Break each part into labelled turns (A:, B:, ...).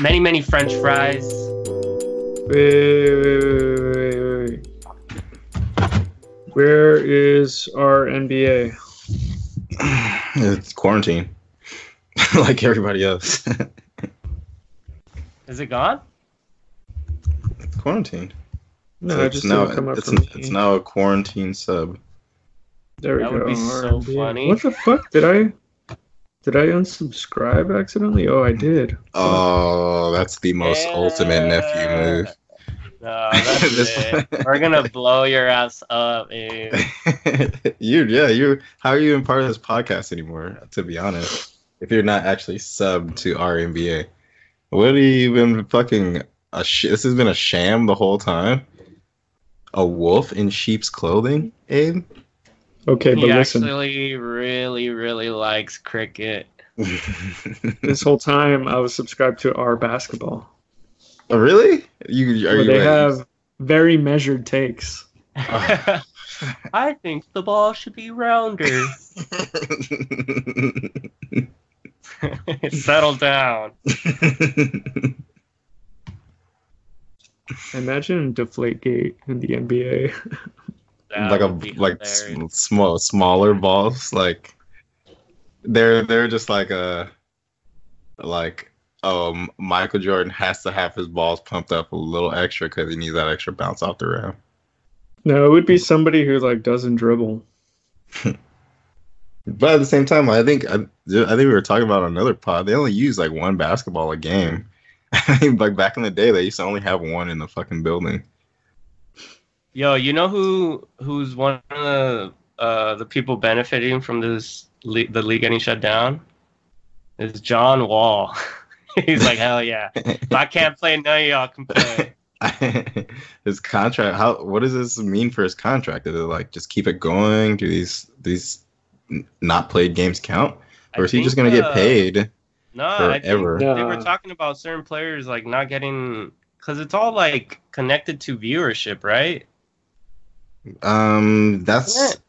A: many, many French fries.
B: Wait, wait, wait, wait, wait, wait. Where is our NBA?
C: It's quarantine, like everybody else.
A: Is it gone?
C: it's quarantine.
B: No, I
C: it's
B: just
C: now
B: didn't come up
C: it's,
B: for me.
C: it's now a quarantine sub.
B: There we
A: That
B: go.
A: would be so
B: R&B.
A: funny.
B: What the fuck did I? Did I unsubscribe accidentally? Oh, I did.
C: Oh, that's the most ultimate nephew move.
A: No, that's
C: This-
A: it. We're gonna blow your ass up, dude.
C: you yeah you how are you even part of this podcast anymore to be honest if you're not actually subbed to our nba what have you been fucking a sh- this has been a sham the whole time a wolf in sheep's clothing abe
B: Okay, but
A: He
B: listen.
A: actually really, really likes cricket.
C: Oh,
B: This whole time, I was subscribed to our basketball.
C: Oh, really you are
B: where
C: you
B: they
C: right?
B: have very measured takes.
C: Oh.
A: I think the ball should be rounder. Settle down.
B: Imagine deflate gate in the NBA.
A: That
C: like a
A: would be
C: like s-
A: hilarious.
C: small smaller balls like they're they're just like a like um michael jordan has to have his balls pumped up a little extra because he needs that extra bounce off the rim
B: No, it would be somebody who like doesn't dribble.
C: but at the same time i think i, I think we were talking about another pod they only use like one basketball a game like back in the day they used to only have one in the fucking building
A: Yo, you know who who's one of the uh, the people benefiting from this le- the league getting shut down is John Wall. He's like, hell yeah! If I can't play, none of y'all can play.
C: his contract how what does this mean for his contract is it like just keep it going do these these n- not played games count
A: I
C: or is he just
A: think,
C: gonna get
A: uh,
C: paid
A: No, I think
C: forever
A: they were
B: Nah.
A: talking about certain players like not getting because it's all like connected to viewership, right?
C: um
A: Isn't
C: that's
A: it?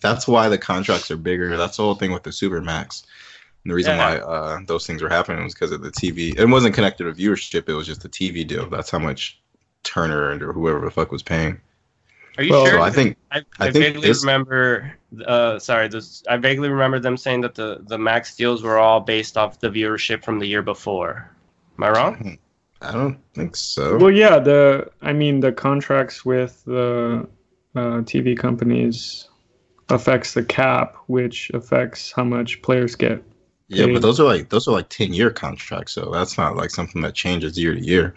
C: that's why the contracts are bigger that's the whole thing with the supermax and the reason why
A: Yeah.
C: uh, those things were happening was because of the tv it wasn't connected to viewership it was just the tv deal that's how much turner and or whoever the fuck was paying
A: Are you
B: Well,
A: sure?
C: so i think
A: I,
C: I
A: I,
C: think
A: vaguely
C: this-
A: remember. Uh, sorry, this, I vaguely remember them saying that the the max deals were all based off the viewership from the year before. Am I wrong?
C: i don't think so
B: Well, yeah, the I mean the contracts with the uh, TV companies affects the cap, which affects how much players get.
C: Yeah,
B: Yeah.
C: but those are like those are like ten year contracts, so that's not like something that changes year to year.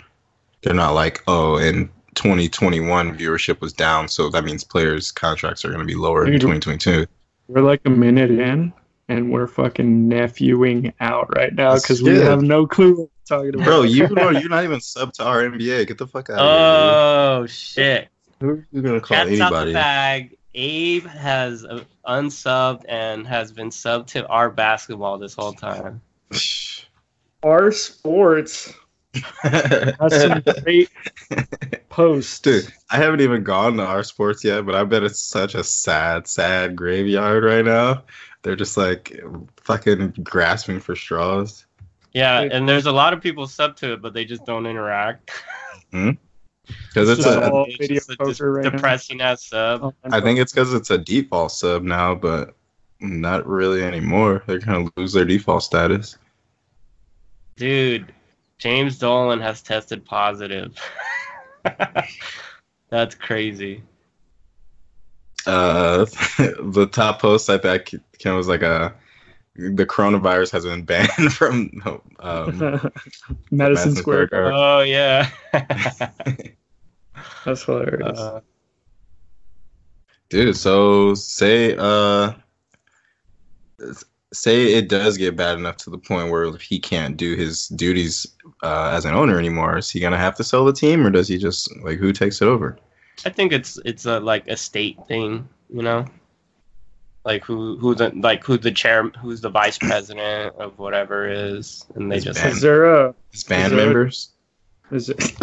C: They're not like oh, in twenty twenty one viewership was down, so that means players' contracts are going to be lower in
B: Dude.
C: twenty twenty two.
B: We're like a minute in, and we're fucking nephewing out right now because we
C: Shit.
B: have no clue what we're talking about.
C: Bro, you are, you're not even sub to our NBA. Get the fuck out of
A: Oh shit!
C: here. dude. Who are you gonna call
A: Cats out the
C: anybody?
A: bag. Abe has uh, unsubbed and has been subbed to our basketball this whole time.
B: our sports has some great posts.
C: Dude, I haven't even gone to our sports yet, but I bet it's such a sad, sad graveyard right now. They're just like fucking grasping for straws.
A: Yeah,
B: Dude.
A: and there's a lot of people sub to it, but they just don't interact.
C: Because
B: It's
C: it's
B: just
C: a,
B: all
A: It's
B: video
A: just a dis-
B: poker right now.
A: depressing ass sub.
C: I think it's because it's a default sub now, but not really anymore. They're gonna lose their default status.
A: Dude, James Dolan has tested positive. That's crazy.
C: Uh, the top post I think Ken was like uh the coronavirus has been banned from no, um,
B: Madison Square.
C: Garden.
A: Oh yeah.
B: That's hilarious.
A: Uh,
C: dude. So say uh, s- say it does get bad enough to the point where he can't do his duties uh, as an owner anymore. Is he gonna have to sell the team, or does he just like who takes it over?
A: I think it's it's a like a state thing, you know? Like who who the like who the chair who's the vice president of whatever is and they
C: It's
A: just
C: bad.
B: is there a
C: His band
B: there-
C: members.
B: is it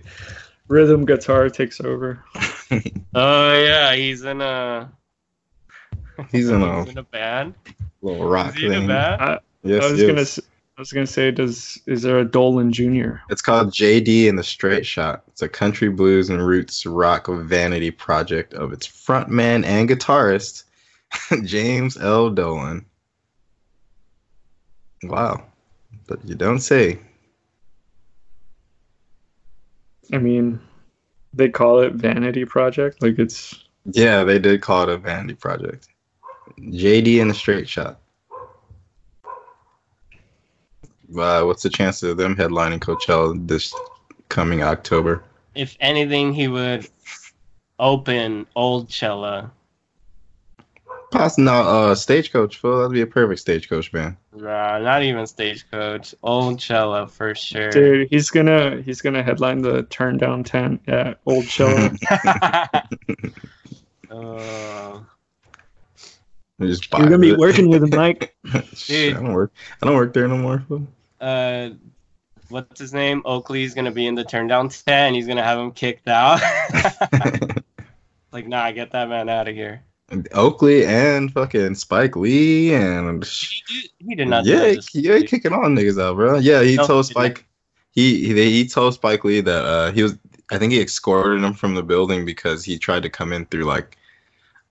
B: rhythm guitar takes over?
A: Oh yeah, he's in a
C: He's in a
A: he's in a band.
C: little rock
A: Is he in a
C: thing.
A: band?
C: Yes,
B: I was
C: yes.
B: gonna. s- I was gonna say, does is there a Dolan Jr.
C: It's called JD and the Straight Shot. It's a country blues and roots rock vanity project of its frontman and guitarist, James L. Dolan. Wow. But you don't say.
B: I mean, they call it Vanity Project. Like it's
C: Yeah, they did call it a vanity project. JD and the Straight Shot. Uh, what's the chance of them headlining Coachella this coming October?
A: If anything, he would open Old Cella,
C: Possibly no, uh, Stagecoach, fool. That'd be a perfect Stagecoach band.
A: Nah, not even Stagecoach. Old Cella for sure.
B: dude. He's gonna he's gonna headline the Turn Down Tent at Old Chilla.
A: Uh,
C: You just
B: You're gonna
C: buy
B: be
C: it.
B: working with him, Mike.
C: Shit, I don't work. I don't work there no more. fool.
A: uh, what's his name? Oakley's gonna be in the turn down tent. He's gonna have him kicked out. like, nah, get that man out of here.
C: Oakley and fucking Spike Lee and
A: He did, he did not. do
C: yeah,
A: that
C: he-
A: this
C: yeah, he
A: week.
C: kicking all niggas out, bro. Yeah, he
A: No,
C: told
A: he didn't.
C: Spike he he, they- he told Spike Lee that uh, he was. I think he escorted him from the building because he tried to come in through like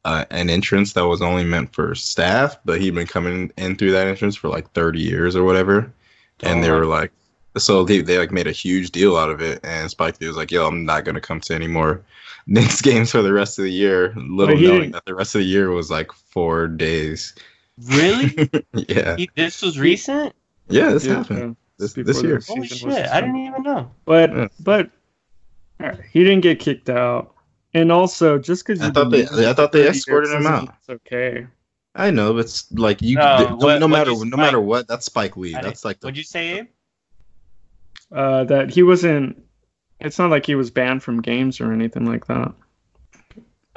C: uh, an entrance that was only meant for staff, but he'd been coming in through that entrance for like thirty years or whatever. and they
A: Oh,
C: were like, so they, they like made a huge deal out of it, and Spike Lee was like, "Yo, I'm not gonna come to any more Knicks games for the rest of the year." Little
B: he
C: knowing
B: didn't-
C: that the rest of the year was like four days.
A: really?
C: Yeah,
A: He, this was recent.
C: yeah, this
B: Yeah,
C: happened
B: yeah.
C: this,
B: Before
C: this
B: the
C: year.
A: Holy
B: season was
A: shit! I
B: suspended.
A: didn't even know.
B: But
C: Yeah.
B: but all right, he didn't get kicked out. And also, just because
C: I thought they, I thought they escorted him out.
B: It's okay.
C: I know, but it's like you,
A: No,
C: no,
A: what-
C: no
A: what
C: matter
A: is
C: no
A: Spike-
C: matter what, that's Spike Lee.
A: I
C: That's like the
A: What'd you say, Abe?
B: Uh, that he wasn't. It's not like he was banned from games or anything like that.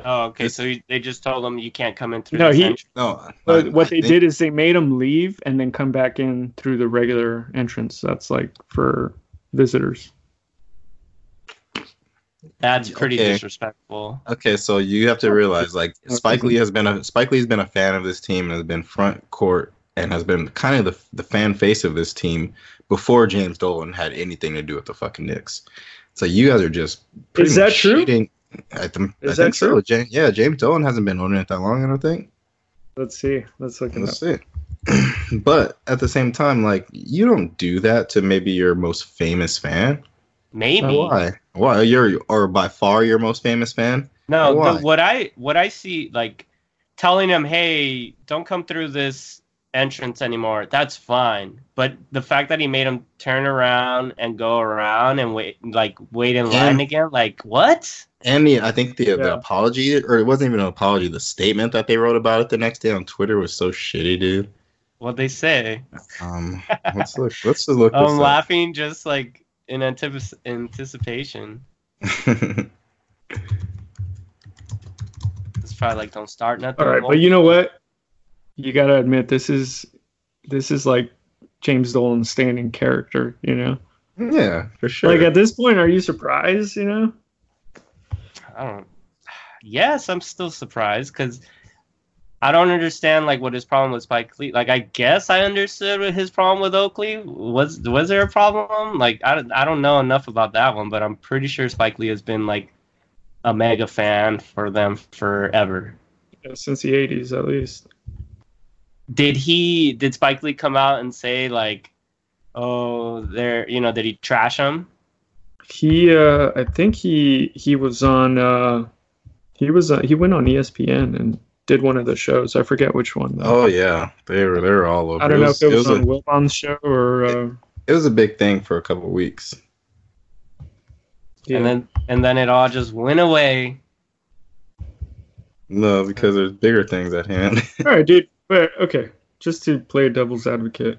A: Oh, okay.
C: It's-
A: So he, they just told him you can't come in through.
B: No,
A: this
B: he-
A: entrance.
C: no.
B: But
C: I-
B: what
C: I
B: they
C: think-
B: did is they made him leave and then come back in through the regular entrance. That's like for visitors.
A: That's pretty
C: Okay.
A: disrespectful.
C: Okay, so you have to realize, like
B: Oh, Okay.
C: Spike Lee has been a Spike Lee's been a fan of this team and has been front court and has been kind of the the fan face of this team before James Dolan had anything to do with the fucking Knicks. So you guys are just pretty
B: Is that
C: much
B: true?
C: cheating. I, th- I
B: Is that
C: think so.
B: true?
C: Ja- yeah, James Dolan hasn't been owning it that long. I don't think.
B: Let's see. Let's look at
C: That's
B: that.
C: it. but at the same time, like you don't do that to maybe your most famous fan.
A: Maybe.
C: Why? Why you're or by far your most famous fan?
A: No,
C: Why?
A: the, what I what I see like telling him, "Hey, don't come through this entrance anymore." That's fine, but the fact that he made him turn around and go around and wait, like wait in line
C: Yeah.
A: again, like what?
C: And the, I think the, the
B: Yeah.
C: apology, or it wasn't even an apology, the statement that they wrote about it the next day on Twitter was so shitty, dude.
A: What they say?
C: Um, let's look. Let's just look.
A: I'm
C: This up.
A: laughing just like in antipi- anticipation. It's probably like, "Don't start nothing."
B: All right, but you know what? You gotta admit this is this is like James Dolan's standing character. You know,
C: yeah, for sure.
B: like uh, at this point, are you surprised? You know,
A: I don't. Yes, I'm still surprised because I don't understand like what his problem with Spike Lee. Like I guess I understood what his problem with Oakley was. Was there a problem? Like I don't. I don't know enough about that one, but I'm pretty sure Spike Lee has been like a mega fan for them forever.
B: Yeah, since the '80s at least.
A: Did he? Did Spike Lee come out and say like, oh, there? You know, did he trash him?
B: He, uh, I think he he was on uh, he was uh, he went on ESPN and did one of the shows. I forget which one though.
C: oh yeah, they were they were all over.
B: I don't know if it was,
C: a,
B: on Wilbon's show or uh,
C: it was a big thing for a couple of weeks.
B: yeah.
A: And then and then it all just went away.
C: No, because there's bigger things at hand.
B: All right, dude. But okay, just to play devil's advocate.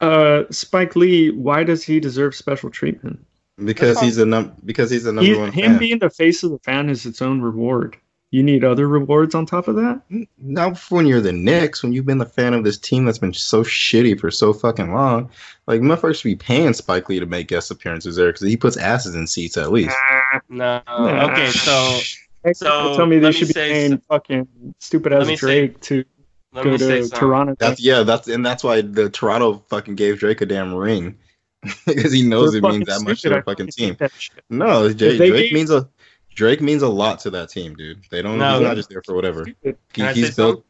B: Uh, Spike Lee, why does he deserve special treatment?
C: because
A: fine.
C: he's a num because he's a number
B: He,
C: one
B: him
C: fan.
B: being the face of the fan is its own reward. You need other rewards on top of that.
C: not when you're the Knicks, when you've been the fan of this team that's been so shitty for so fucking long. Like, motherfuckers should be paying Spike Lee to make guest appearances there because he puts asses in seats at least.
A: No.
B: Nah.
A: Okay, so.
B: Hey,
A: So,
B: tell me
A: let
B: they
A: me
B: should be
A: say
B: paying fucking stupid
A: let
B: ass
A: me say-
B: Drake to
A: Let
B: go
A: me say
B: to
A: something.
B: Toronto.
C: That's yeah. That's and that's why the Toronto fucking gave Drake a damn ring because he knows
B: They're
C: it means
B: fucking
C: that much to
B: stupid. I
C: their fucking
B: fucking
C: team.
B: hate that shit.
C: No, Drake,
B: they
C: Drake
B: gave-
C: means a Drake means a lot to that team, dude. They don't.
A: No,
C: he's
B: no.
C: not just there for whatever.
B: Stupid.
C: He-
A: Can I say
C: he's built.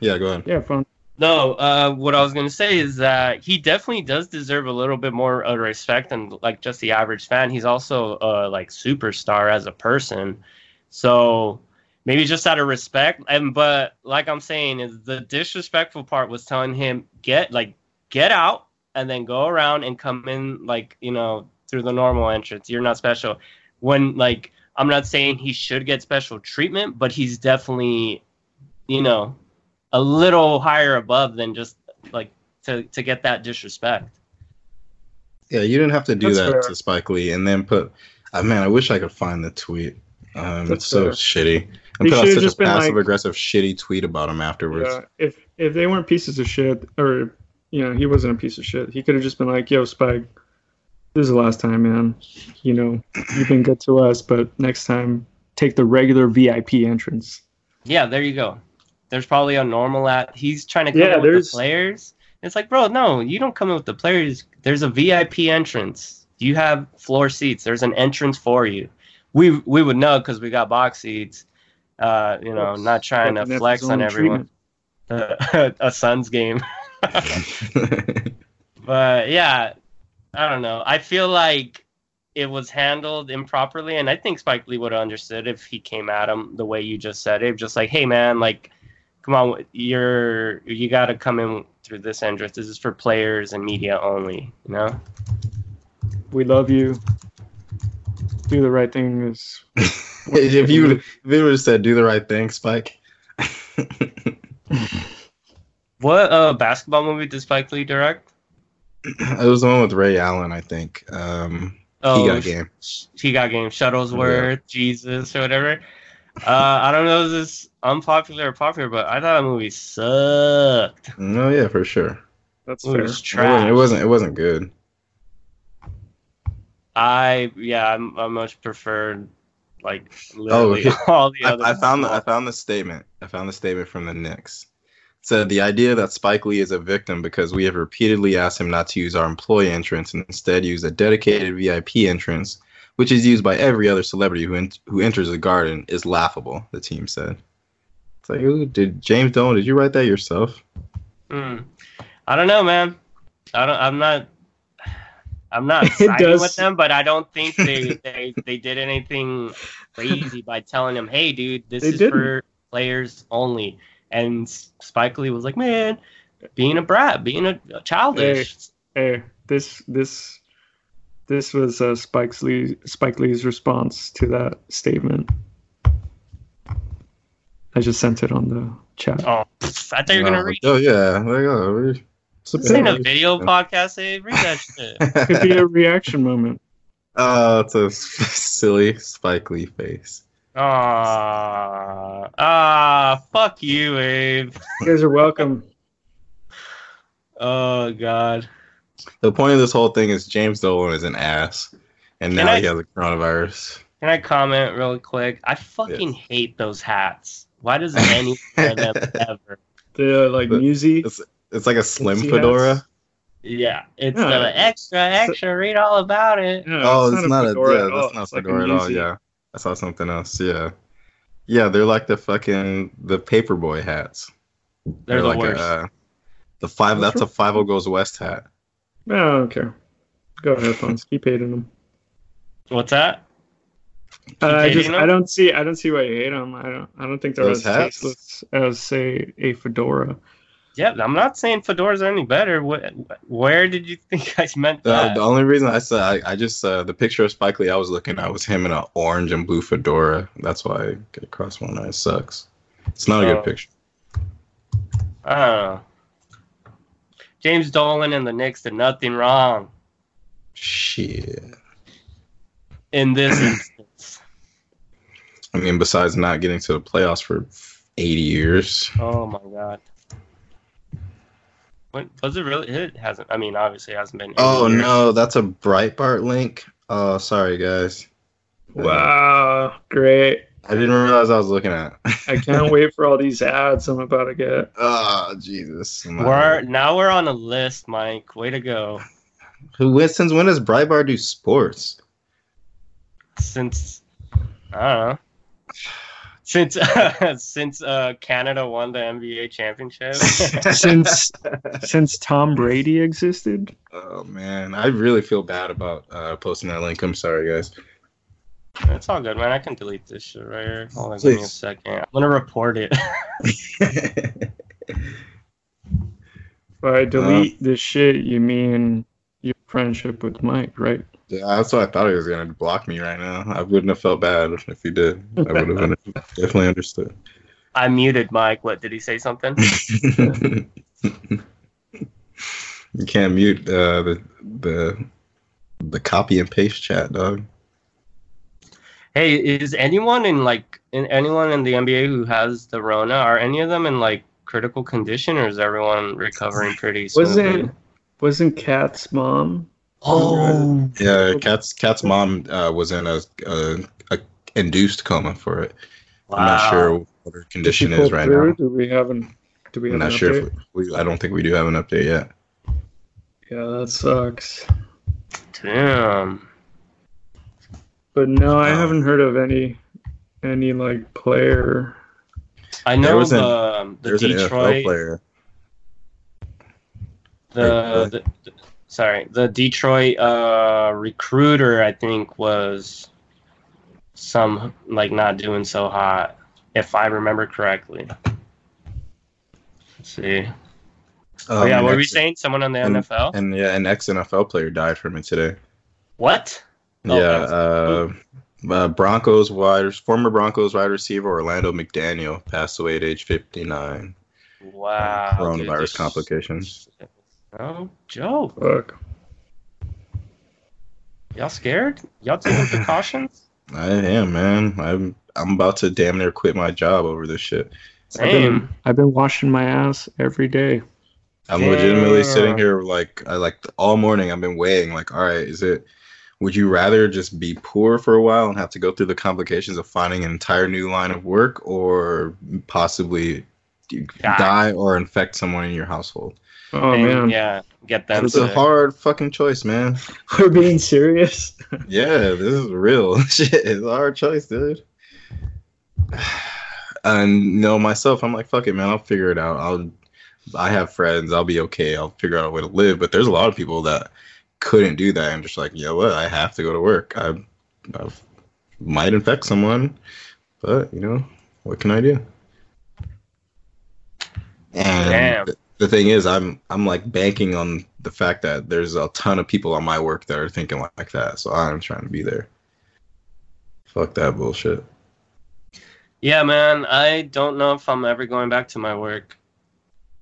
C: Yeah, go ahead.
B: Yeah, fun.
A: No, uh, what I was gonna say is that he definitely does deserve a little bit more uh, respect than like just the average fan. He's also uh, like superstar as a person, so maybe just out of respect. And but like I'm saying is the disrespectful part was telling him get like get out and then go around and come in like you know through the normal entrance. You're not special. When like I'm not saying he should get special treatment, but he's definitely you know a little higher above than just like to to get that disrespect.
C: Yeah, you didn't have to do
B: That's
C: that
B: fair.
C: to Spike Lee and then put. Uh, man, I wish I could find the tweet. Um,
B: That's
C: it's so
B: fair.
C: shitty. And
B: You
C: put out
B: should've
C: such
B: just
C: a
B: been like-
C: passive aggressive shitty tweet about him afterwards.
B: Yeah, if if they weren't pieces of shit, or you know, he wasn't a piece of shit, he could have just been like, "Yo, Spike, this is the last time, man. You know, you've been good to us, but next time, take the regular VIP entrance."
A: Yeah, there you go. There's probably a normal at he's trying to come
B: Yeah,
A: in with
B: there's-
A: the players. It's like, bro, no, you don't come in with the players. There's a VIP entrance. You have floor seats. There's an entrance for you. We we would know because we got box seats. Uh, you know, not trying to
B: Fucking
A: flex
B: his
A: on
B: own
A: everyone.
B: treatment.
A: a Suns game. But yeah, I don't know. I feel like it was handled improperly, and I think Spike Lee would have understood if he came at him the way you just said it, just like, "Hey, man, like, come on, you're you got to come in through this entrance. This is for players and media only." You know?
B: We love you. Do the right thing is
C: if you if you would have said do the right thing, Spike.
A: What uh, basketball movie did Spike Lee direct?
C: it was the one with Ray Allen, I think. Um, he got game.
A: Oh, sh- he got game. Shuttlesworth, Jesus, or whatever. Uh, I don't know if this is unpopular or popular, but I thought that movie sucked.
C: No, Oh, yeah, for sure.
B: that's
A: It
B: fair.
C: It
A: was
C: wasn't,
A: trash.
C: it wasn't. It wasn't good.
A: I yeah, I'm, I much preferred like literally
C: yeah.
A: all the other.
C: Oh, I, I found the, I found the statement. I found the statement from the Knicks. It said the idea that Spike Lee is a victim because we have repeatedly asked him not to use our employee entrance and instead use a dedicated VIP entrance, which is used by every other celebrity who en- who enters the garden, is laughable. The team said. It's like, ooh, did James Dolan? Did you write that yourself?
A: Hmm. I don't know, man. I don't. I'm not. I'm not
B: It
A: siding
B: does-
A: with them, but I don't think they, they they did anything crazy by telling them, "Hey, dude, this
B: They
A: is for players only." And S- Spike Lee was like, "Man, being a brat, being a a childish."
B: Hey, this this this was uh, Spike Lee Spike Lee's response to that statement. I just sent it on the chat.
A: Oh, pff, I thought you were gonna
C: No.
A: read.
C: Oh yeah, like, oh, we- it's a
A: This ain't a
C: bit-
A: video podcast. Hey, read that shit.
B: Could be a reaction moment.
C: Oh, it's a silly Spike Lee face.
A: Ah, ah, fuck you, Abe.
B: You guys are welcome.
A: Oh God.
C: The point of this whole thing is James Dolan is an ass, and
A: Can
C: now
A: I-
C: he has a coronavirus.
A: Can I comment real quick? I fucking hate those hats. Why does anyone wear them ever?
B: The like
C: But-
B: newsy.
C: It's like a slim
B: Yes.
C: fedora.
A: Yeah, it's
B: No,
A: the
B: it's-
A: extra, extra. Read all about it.
B: No,
C: oh, it's, not, a,
B: fedora
C: yeah,
B: at all.
C: that's not
B: It's
C: a
B: like a
C: fedora at all.
B: newsy.
C: Yeah, I saw something else. Yeah, yeah, they're like the fucking the paperboy hats.
A: They're the
C: like uh,
A: worst.
C: A, the five.
B: What's
C: That's a five o goes west hat.
B: No, I don't care. Go ahead, phones. Keep hating them.
A: What's that?
B: Uh, I
A: hating
B: just
A: them?
B: I don't see I don't see why you hate them. I don't I don't think they're
C: Those
B: as
C: hats?
B: tasteless as say a fedora.
A: Yeah, I'm not saying fedoras are any better. What? Where did you think I meant
C: The,
A: that?
C: the only reason I said I, I just uh, the picture of Spike Lee I was looking at was him in an orange and blue fedora. That's why I get across one eye. It sucks. It's not a
A: Oh.
C: good picture.
A: I don't know. James Dolan and the Knicks did nothing wrong
C: Shit.
A: in this instance.
C: I mean, besides not getting to the playoffs for 80 years.
A: Oh my god. When, was it really? It hasn't. I mean, obviously, it hasn't been.
C: Oh
A: anywhere.
C: no, that's a Breitbart link. Oh, sorry guys.
B: Wow, great.
C: I didn't realize I was looking at.
B: I can't wait for all these ads I'm about to get.
C: oh, Jesus. my
A: We're
C: Lord.
A: now we're on a list, Mike. Way to go.
C: Who wins since when does Breitbart do sports?
A: Since I don't know. Since since uh, Canada won the NBA championship,
B: Since since Tom Brady existed,
C: oh man, I really feel bad about uh, posting that link. I'm sorry, guys.
A: it's all good, man. I can delete this shit right here. Hold on, give me a
C: Please.
A: second. I'm gonna report it.
C: Uh-huh.
B: by delete this shit, you mean your friendship with Mike, right?
C: Yeah, that's what I thought he was gonna block me right now. I wouldn't have felt bad if he did. I would have been- definitely understood.
A: I muted Mike. What did he say? Something?
C: you can't mute uh, the the the copy and paste chat, dog.
A: Hey, is anyone in like in anyone in the NBA who has the Rona? Are any of them in like critical condition, or is everyone recovering pretty?
B: Wasn't-
A: smoothly?
B: Wasn't Kat's mom?
A: Oh,
C: Yeah, cat's cat's mom uh, was in a, a, a induced coma for it.
A: wow.
C: I'm not sure what her
B: Did she
C: condition
B: pull
C: is right
B: through?
C: now.
B: Do we have an? Do we have
C: I'm not
B: an
C: sure.
B: update?
C: If we, we- I don't think we do have an update yet.
B: Yeah, that sucks.
A: Damn.
B: But no, I
C: Um,
B: haven't heard of any any like player.
A: I
C: There
A: know
C: was an-
A: the the
C: There's an NFL
A: Detroit
C: player.
A: the, the, the sorry the Detroit uh, recruiter I think was some like not doing so hot if I remember correctly. Let's see. oh
C: Um,
A: yeah,
C: an
A: what were we
C: ex-
A: saying? Someone on the
C: and-
A: NFL?
C: And yeah, an ex NFL player died from it today.
A: what? Oh,
C: yeah, uh, uh, Broncos wide former Broncos wide receiver Orlando McDaniel passed away at age 59.
A: Wow. dude,
C: coronavirus
A: this-
C: complications.
A: Oh, Joe,
B: Fuck.
A: y'all scared? Y'all taking precautions?
C: I am man. I'm I'm about to damn near quit my job over this shit.
A: Same.
B: I've been washing my ass every day.
C: I'm legitimately sitting
A: Damn.
C: here like I like all morning. I've been weighing like, all right, is it? Would you rather just be poor for a while and have to go through the complications of finding an entire new line of work, or possibly die,
A: Die.
C: or infect someone in your household?
B: Oh
A: And,
B: man,
A: Yeah, get them.
C: It's a
A: to-
C: hard fucking choice, man.
B: we're being serious.
C: Yeah, this is real shit. It's a hard choice, dude. And you know myself, I'm like, fuck it, man. I'll figure it out. I'll, I have friends. I'll be okay. I'll figure out a way to live. But there's a lot of people that couldn't do that and just like, you know what? I have to go to work. I, I might infect someone, but you know, what can I do? And
A: Damn.
C: the thing is i'm i'm like banking on the fact that there's a ton of people on my work that are thinking like, like that so i'm trying to be there fuck that bullshit
A: Yeah, man. I don't know if I'm ever going back to my work.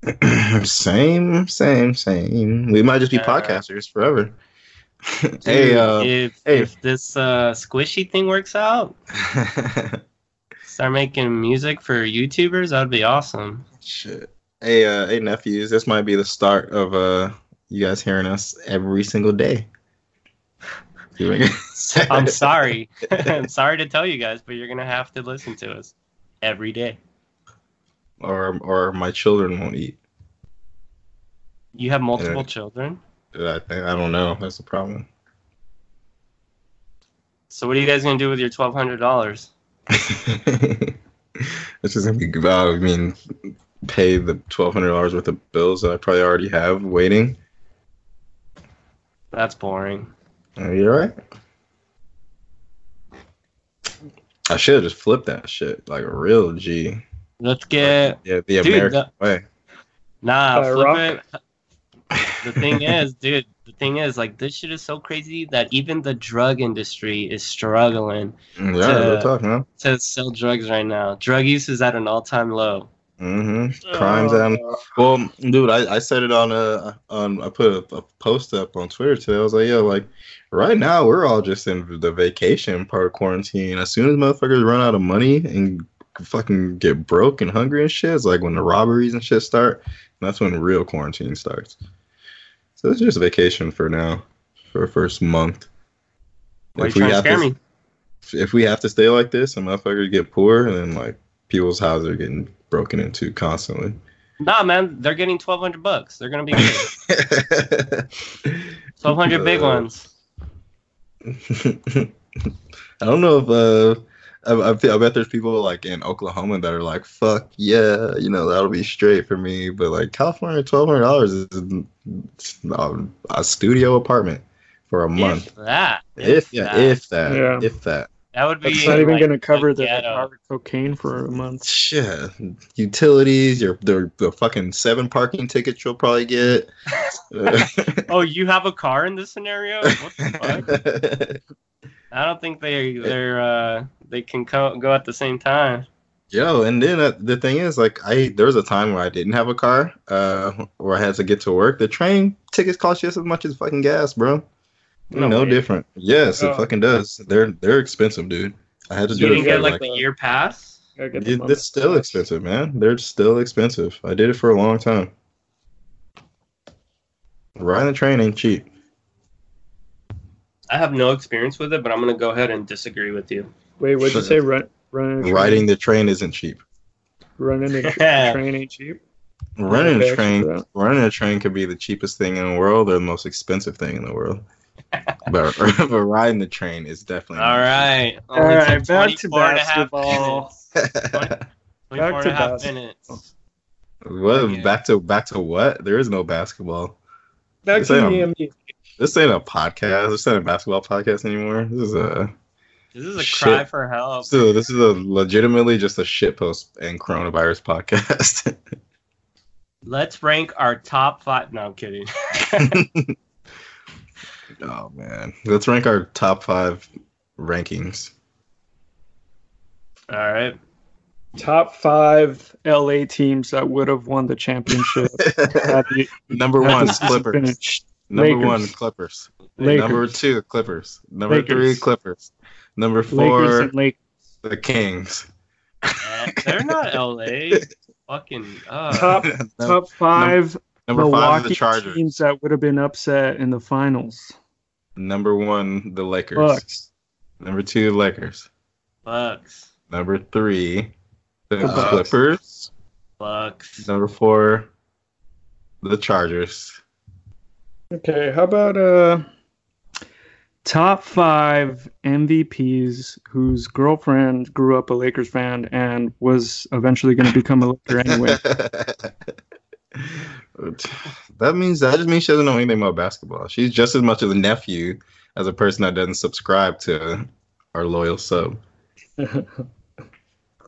C: same same same we might just be
A: Yeah.
C: podcasters forever hey uh
A: if
C: hey.
A: if this uh, squishy thing works out, start making music for YouTubers. That'd be awesome.
C: shit hey uh hey nephews this might be the start of uh you guys hearing us every single day
A: I'm sorry. I'm sorry to tell you guys, but you're gonna have to listen to us every day.
C: or or my children won't eat
A: You have multiple
C: Yeah.
A: children,
C: I, I don't know that's the problem
A: so what are you guys gonna do with your twelve hundred dollars?
C: It's just gonna be good. I mean, pay the twelve hundred dollars worth of bills that I probably already have waiting.
A: That's boring.
C: Are you alright? I should have just flipped that shit like a real G.
A: Let's get
C: Yeah, the
A: Dude,
C: American way.
A: nah.
B: By
A: flip
B: rock?
A: it. The thing is, dude. The thing is, like, this shit is so crazy that even the drug industry is struggling
C: Yeah, Mm, real
A: uh,
C: talk, man.
A: to sell drugs right now. Drug use is at an all-time low.
C: Mm-hmm.
A: Oh,
B: Uh,
C: Crimes and Well, dude, I, I said it on a on I put a, a post up on Twitter today. I was like, yeah, like right now we're all just in the vacation part of quarantine. As soon as motherfuckers run out of money and fucking get broke and hungry and shit, it's like when the robberies and shit start. that's when real quarantine starts. So it's just vacation for now, for the first month.
A: Why are you
C: If we
A: trying to
C: got
A: scare
C: this-
A: me?
C: if we have to stay like this and motherfuckers get poor and then like people's houses are getting broken into constantly.
A: Nah, man, they're getting twelve hundred bucks. They're gonna be twelve hundred big
C: Uh,
A: ones.
C: I don't know if uh, I, I, feel, I bet there's people like in Oklahoma that are like, "Fuck yeah," you know, that'll be straight for me. But like California, twelve hundred dollars is um, a studio apartment for a month.
A: If that,
C: If, yeah,
A: that.
C: if that,
B: Yeah.
C: if that.
A: that would be
B: That's not even
A: like,
B: going to cover
A: the
B: the
A: ghetto.
B: hard cocaine for a month.
C: Yeah, utilities, your the, the fucking seven parking tickets you'll probably get.
A: Oh, you have a car in this scenario? What the fuck? I don't think they they're uh, they can co- go at the same time.
C: Yo, and then uh, the thing is, like, I there was a time where I didn't have a car, uh, where I had to get to work. The train tickets cost just as much as fucking gas, bro. No,
A: No way.
C: different. Yes,
B: Oh.
C: it fucking does. They're they're expensive, dude. I had to
A: You
C: do
A: didn't
C: it.
A: get
C: for,
A: like the year pass.
B: Gotta get the
C: dude,
B: month.
C: it's still expensive, man. They're still expensive. I did it for a long time. Riding the train ain't cheap.
A: I have no experience with it, but I'm gonna go ahead and disagree with you.
B: Wait, what'd you say? Run, running, a
C: Riding the train isn't cheap.
B: running a tra- train ain't cheap.
C: Running
B: Okay,
C: a train,
B: yeah.
C: running a train could be the cheapest thing in the world or the most expensive thing in the world. but, but riding the train is definitely.
A: All right,
B: All right, back to basketball.
A: Back
B: Back
A: Twenty-four
B: to
A: and a half
B: basketball.
A: minutes.
C: what?
A: Yeah.
C: Back to back to what? There is no basketball.
B: Back to E
C: Damn.
B: EMU.
C: This ain't a podcast. This ain't a basketball podcast anymore. This is a
A: This is a
C: Shit.
A: cry for help.
C: this is a, this is a legitimately just a shitpost and coronavirus podcast.
A: Let's rank our top five. No, I'm kidding.
C: oh man, let's rank our top five rankings.
A: All right.
B: Top five LA teams that would have won the championship. had the-
C: Number
B: had the
C: one,
B: season
C: Clippers.
B: finished.
C: Number
B: Lakers.
C: one, Clippers.
B: Lakers.
C: Number two, Clippers. Number
B: Lakers.
C: three, Clippers. Number
B: Lakers
C: four,
B: and Lake.
C: the Kings.
A: Uh, They're not LA. Fucking. Uh,
B: Top
C: Number
B: top five
C: five,
B: Milwaukee
C: the Chargers.
B: teams that would have been upset in the finals.
C: Number one, the Lakers.
B: Bucks.
C: Number two, Lakers.
A: Bucks.
C: Number three, the
B: The Bucks.
C: Clippers.
A: Bucks.
C: Number four, the Chargers.
B: Okay, how about uh top five MVPs whose girlfriend grew up a Lakers fan and was eventually going to become a Laker anyway?
C: that means that just means she doesn't know anything about basketball. She's just as much of a nephew as a person that doesn't subscribe to our loyal sub.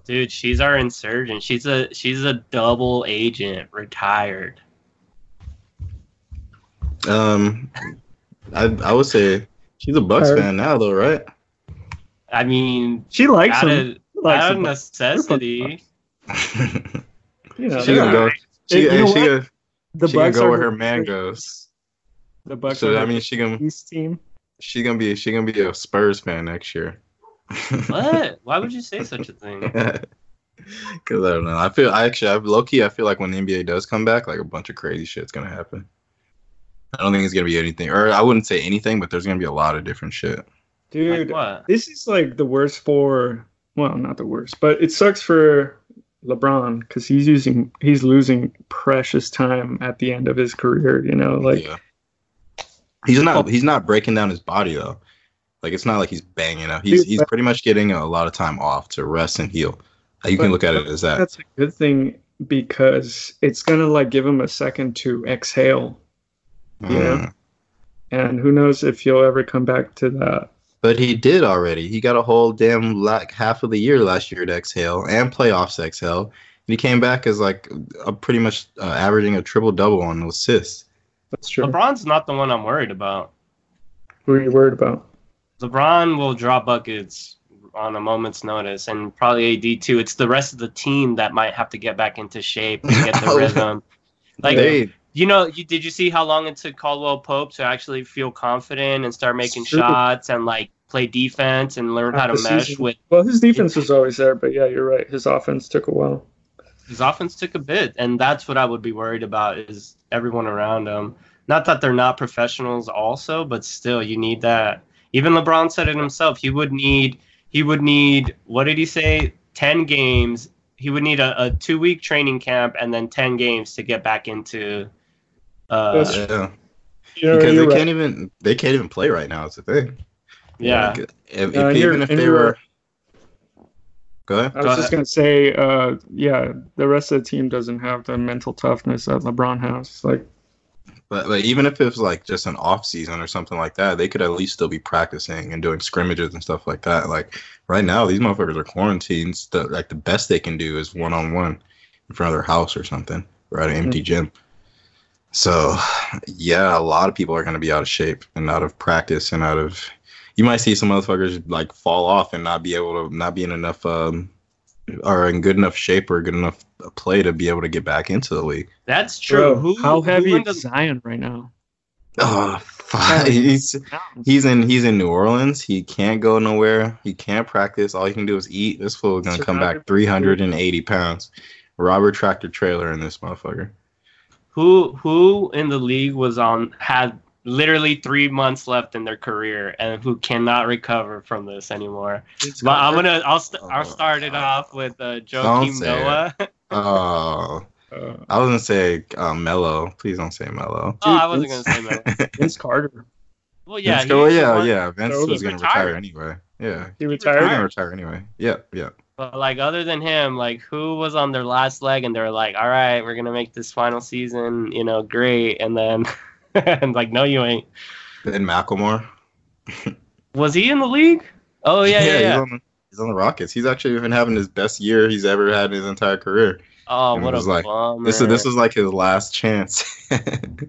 A: Dude, she's our insurgent. She's a she's a double agent, retired.
C: Um, I I would say she's a Bucks
B: Her-
C: fan now, though, right?
A: I mean,
B: she likes
A: out
B: him.
A: of,
B: She likes
A: out of
B: him, but,
A: necessity.
B: you know,
C: she gonna go. She,
B: You know
C: hey, she,
B: what?
C: gonna,
B: the
C: she gonna
B: Bucks
C: go
B: are
C: where her man goes.
B: The Bucks
C: so
B: are
C: I
B: the
C: mean, she gonna
B: East team.
C: she gonna be she gonna be a Spurs fan next year.
A: What? Why would you say such a thing?
C: Cause I don't know. I feel I actually I low key I feel like when the NBA does come back, like a bunch of crazy shit's gonna happen. I don't think it's gonna be anything, or I wouldn't say anything, but there's gonna be a lot of different shit.
A: Like
B: Dude,
A: what?
B: this is like the worst for well, not the worst, but it sucks for LeBron because he's using he's losing precious time at the end of his career. You know, like
C: yeah. he's not he's not breaking down his body though. Like it's not like he's banging up. He's
B: Dude,
C: he's
B: but-
C: pretty much getting a lot of time off to rest and heal. Like, You can
B: But-
C: look at it as that.
B: that's a good thing because it's gonna like give him a second to exhale, yeah.
C: Mm.
B: and who knows if he'll ever come back to that.
C: But he did already. He got a whole damn like half of the year last year to exhale and playoffs to exhale. And he came back as like a pretty much uh, averaging a triple double on those assists.
B: That's true.
A: LeBron's not the one I'm worried about.
B: Who are you worried about?
A: LeBron will draw buckets on a moment's notice, and probably AD too. It's the rest of the team that might have to get back into shape and get
B: Oh,
A: the rhythm. Like
C: they,
A: you know, you, did you see how long it took Caldwell Pope to actually feel confident and start making
B: Sure.
A: shots and like play defense and learn how to
B: Half the
A: mesh
B: season.
A: with
B: Well, his defense was always there, but yeah, you're right. His offense took a while.
A: his offense took a bit, and that's what I would be worried about is everyone around him. Not that they're not professionals, also, but still, you need that. Even LeBron said it himself. He would need he would need what did he say? Ten games. He would need a, a two week training camp and then ten games to get back into. Uh,
B: That's-
C: yeah.
B: You're,
C: because they
B: you're right.
C: can't even they can't even play right now. It's the thing.
A: yeah,
C: Like, if,
B: Uh,
C: if-
B: you're-
C: even if
B: and
C: they
B: you're
C: were.
B: right.
C: Go ahead.
B: I was
A: Go
B: just
A: ahead.
B: gonna say, uh, yeah, the rest of the team doesn't have the mental toughness that LeBron has. Like,
C: But, but even if it was like just an off season or something like that, they could at least still be practicing and doing scrimmages and stuff like that. Like right now, these motherfuckers are quarantined. The, like the best they can do is one on one in front of their house or something or at an empty gym. So yeah, a lot of people are going to be out of shape and out of practice and out of. You might see some motherfuckers like fall off and not be able to not be in enough um or in good enough shape or good enough play to be able to get back into the league.
A: that's true.
B: bro,
A: Who,
B: how
A: who
B: heavy
A: in
B: is
A: the-
B: Zion right now?
C: Oh, fuck. He's- He's in he's in New Orleans. He can't go nowhere. He can't practice. All he can do is eat. This fool is gonna come back 380 pounds. Robert tractor trailer in this motherfucker.
A: who who in the league was on had literally three months left in their career and who cannot recover from this anymore. But I'm gonna I'll st- I'll start it off with uh, Joakim
C: Oh, say it.
A: Noah.
C: Oh,
B: Uh,
C: I was gonna say uh, Mello. Please don't say Mello.
A: oh, I wasn't gonna
B: Vince-
A: say Noah.
B: Vince Carter,
A: Well, yeah,
C: Vince- well,
A: he's the
C: yeah,
A: one-
C: yeah. Vince
B: Noah
C: was gonna retire
A: retired.
C: anyway. Yeah,
B: he
C: he was
B: retired.
A: retired.
C: gonna retire anyway. Yeah, yeah.
A: But like other than him, like who was on their last leg and they were like, "All right, we're gonna make this final season, you know, great," and then and like, "No, you ain't."
C: Then Macklemore.
A: Was he in the league? Oh yeah, yeah, yeah.
C: He's, on the, he's on the Rockets. He's actually been having his best year he's ever had in his entire career.
A: Oh,
C: And it
A: what a
C: was like,
A: bummer.
C: This is this was like his last chance. like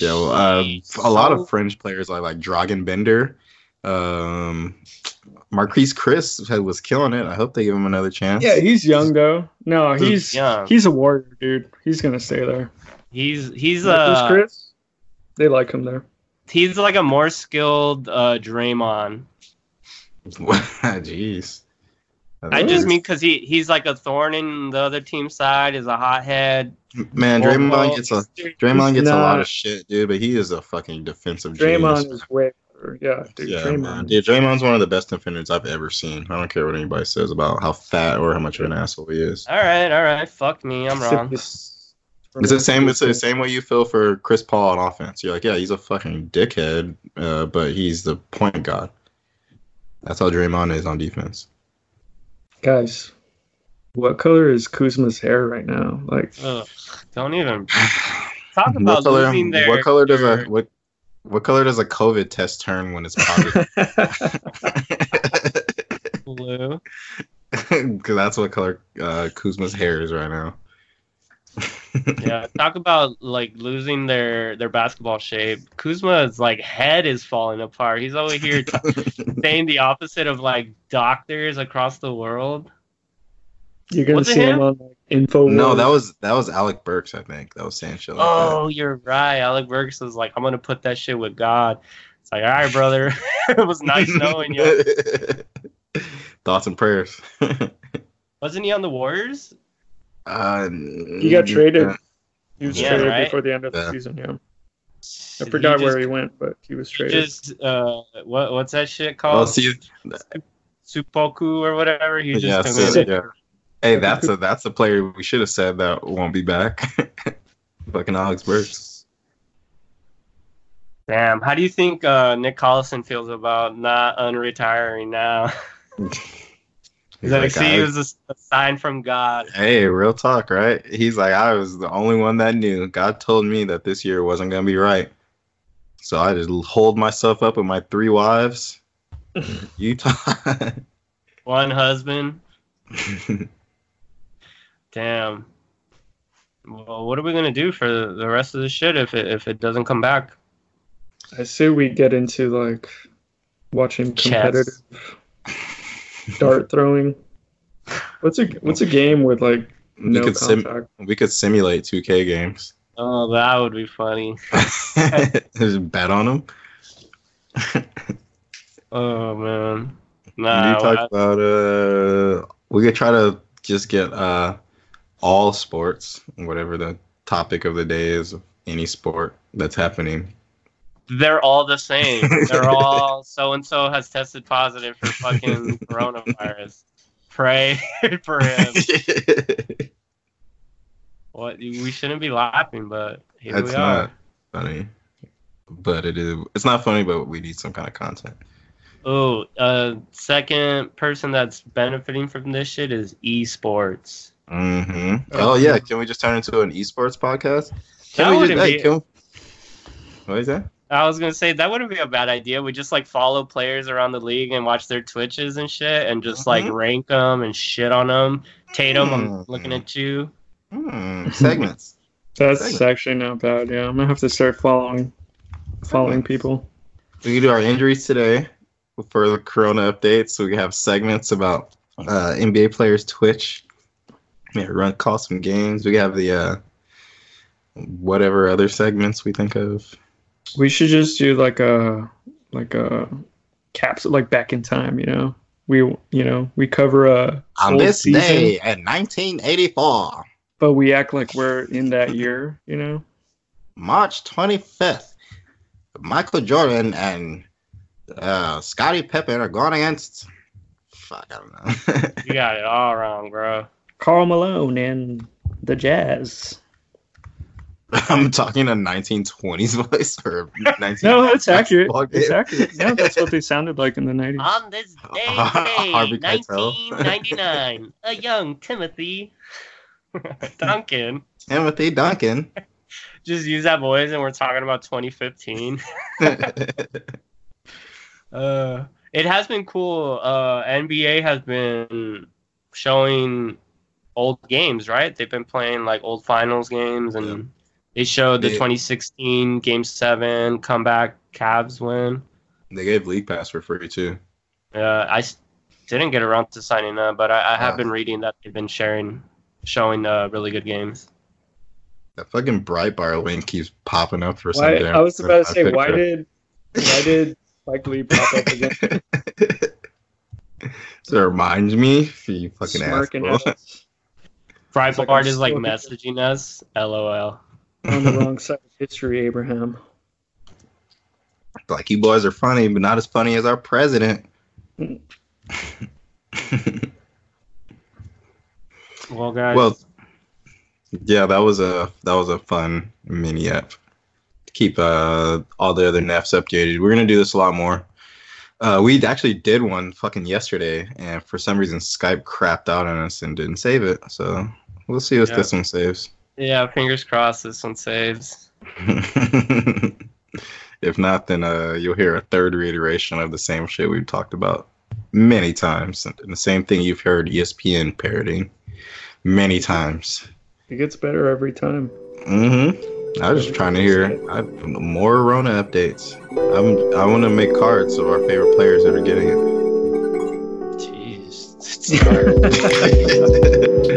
C: yeah, well, um,
A: Jeez.
C: a lot
A: So-
C: of fringe players like like Dragon Bender, um, Marquise Chris was killing it. I hope they give him another chance.
B: Yeah, he's young though. No,
C: He's
B: he's
A: young.
B: he's a warrior, dude. He's gonna stay there.
A: he's he's
B: Marcus
A: uh
B: Chris, they like him there.
A: he's like a more skilled uh Draymond.
C: jeez.
A: I just mean because he he's like a thorn in the other team's side. Is a hothead.
C: man, Draymond
A: Overall,
C: gets a
A: he's-
C: Draymond gets a lot
B: not-
C: of shit, dude, but he is a fucking defensive
B: Draymond
C: genius.
B: is way better. Yeah, dude.
C: yeah,
B: Draymond.
C: man. Dude, Draymond's one of the best defenders I've ever seen. I don't care what anybody says about how fat or how much of an asshole he is.
A: All right, all right. Fuck me, I'm
B: Except
A: wrong.
B: he's-
C: It's the same. It's the same way you feel for Chris Paul on offense. You're like, yeah, he's a fucking dickhead, uh, but he's the point god. That's how Draymond is on defense.
B: Guys, what color is Kuzma's hair right now? Like,
A: Ugh, don't even talk about
C: what color?
A: losing their.
C: What color does a
A: their-
C: what? What color does a COVID test turn when it's positive?
A: blue?
C: Because that's what color uh, Kuzma's hair is right now.
A: Yeah, talk about like losing their their basketball shape. Kuzma's like head is falling apart. He's over here saying the opposite of like doctors across the world.
B: you're gonna
A: Was it
B: see him
A: him?
B: on like,
A: Oh.
B: info.
C: no, that
B: Wars.
C: was that was Alec Burks, I think. That was saying shit like that.
A: Oh, you're right. Alec Burks was like, I'm gonna put that shit with God. It's like, all right, brother. it was nice knowing you.
C: Thoughts and prayers.
A: Wasn't he on the Warriors?
C: uh,
B: he got traded. He was
C: Yeah,
B: traded
A: right?
B: before the end of the
C: Yeah.
B: season. Yeah, I
A: Did
B: forgot
A: he
B: where he
A: just,
B: went, but he was
A: he
B: traded.
A: just uh, what what's that shit called?
C: Well, see,
A: Supoku or whatever. He just
C: yeah,
A: took
C: so-
A: it.
B: Sick.
C: yeah. Hey, that's a that's a player we should have said that won't be back. Fucking Alex Burks.
A: Damn. How do you think uh, Nick Collison feels about not unretiring now? He's like,
C: He's like,
A: see,
C: I-
A: it was a, s- a sign from God.
C: hey, real talk, right? He's like, I was the only one that knew. God told me that this year wasn't gonna be right, so I just hold myself up with my three wives. Utah.
A: One husband. Damn. Well, what are we gonna do for the rest of this shit if it if it doesn't come back?
B: I say we get into like watching
A: Chess.
B: competitive dart throwing. What's a what's a game with like
C: we
B: no
C: could sim-
B: contact?
C: we could simulate 2K games.
A: Oh, that would be funny.
C: just bet on them.
A: Oh man.
C: you
A: Nah.
C: talked
A: I-
C: about uh, we could try to just get uh, all sports, whatever the topic of the day is, any sport that's happening.
A: they're all the same. They're all so and so has tested positive for fucking coronavirus. Pray for him. What we shouldn't be laughing, but here
C: That's
A: we are.
C: not funny, but it is. It's not funny, but we need some kind of content.
A: Oh, uh, second person that's benefiting from this shit is esports.
C: hmm Oh yeah, can we just turn into an esports podcast?
A: That
C: Can we
A: wouldn't
C: just, hey,
A: be-
C: can we- What is that?
A: I was gonna say that wouldn't be a bad idea. We just like follow players around the league and watch their twitches and shit, and just like
C: Mhm.
A: rank them and shit on them. Tatum, I'm
C: Mhm.
A: looking at you.
C: Hmm, segments.
B: That's
C: Thanks.
B: actually not bad. Yeah, I'm gonna have to start following following people.
C: We can do our injuries today for the Corona updates. So we have segments about uh, NBA players Twitch. Yeah, run call some games. We have the uh, whatever other segments we think of.
B: We should just do like a like a capsule, like back in time. You know, we you know we cover a
C: On
B: Old
C: this
B: season.
C: day in 1984,
B: but we act like we're in that year, you know?
C: March 25th, Michael Jordan and uh, Scottie Pippen are going against. Fuck, I don't know.
A: You got it all wrong, bro.
B: Carl Malone and the Jazz.
C: I'm talking a 1920s voice or 19.
B: No, that's accurate.
C: Basketball
B: It's
C: game.
B: accurate. No, that's what they sounded like in the 90s.
A: On this day,
C: Harvey Keitel.
A: 1999, a young Timothy Duncan.
C: Timothy Duncan.
A: Just use that voice, and we're talking about 2015. Uh, it has been cool. Uh, NBA has been showing old games, right? They've been playing like old finals games, and
C: Yeah.
A: they showed the
C: They-
A: 2016 Game Seven comeback Cavs win.
C: they gave League Pass for free too.
A: Uh, I s- didn't get around to signing up, but I, I have
C: Ah.
A: been reading that they've been sharing, showing uh, really good games.
C: That fucking Breitbart link keeps popping up for
B: Why,
C: some damn-
B: I was about to say, why
C: picture.
B: did why did Spike Lee pop up again?
C: So it reminds me, you fucking
B: smirking
C: asshole.
B: at us
A: Breitbart
B: like I'm
A: is like
B: still-
A: messaging us, lol.
B: on the wrong side of history, Abraham.
C: Like you boys are funny, but not as funny as our president.
A: Well, guys,
C: well, yeah, that was a that was a fun mini up. Keep uh, all the other nefs updated. We're gonna do this a lot more. Uh, we actually did one fucking yesterday, and for some reason Skype crapped out on us and didn't save it. So we'll see if
A: Yeah.
C: this one saves.
A: yeah, fingers crossed this one saves.
C: if not, then uh, you'll hear a third reiteration of the same shit we've talked about many times, and the same thing you've heard E ESPN parroting many times.
B: It gets better every time.
C: Mm-hmm. I was just trying to hear I, more Rona updates. I'm, I want to make cards of our favorite players that are getting
A: Jeez.
C: it. uh,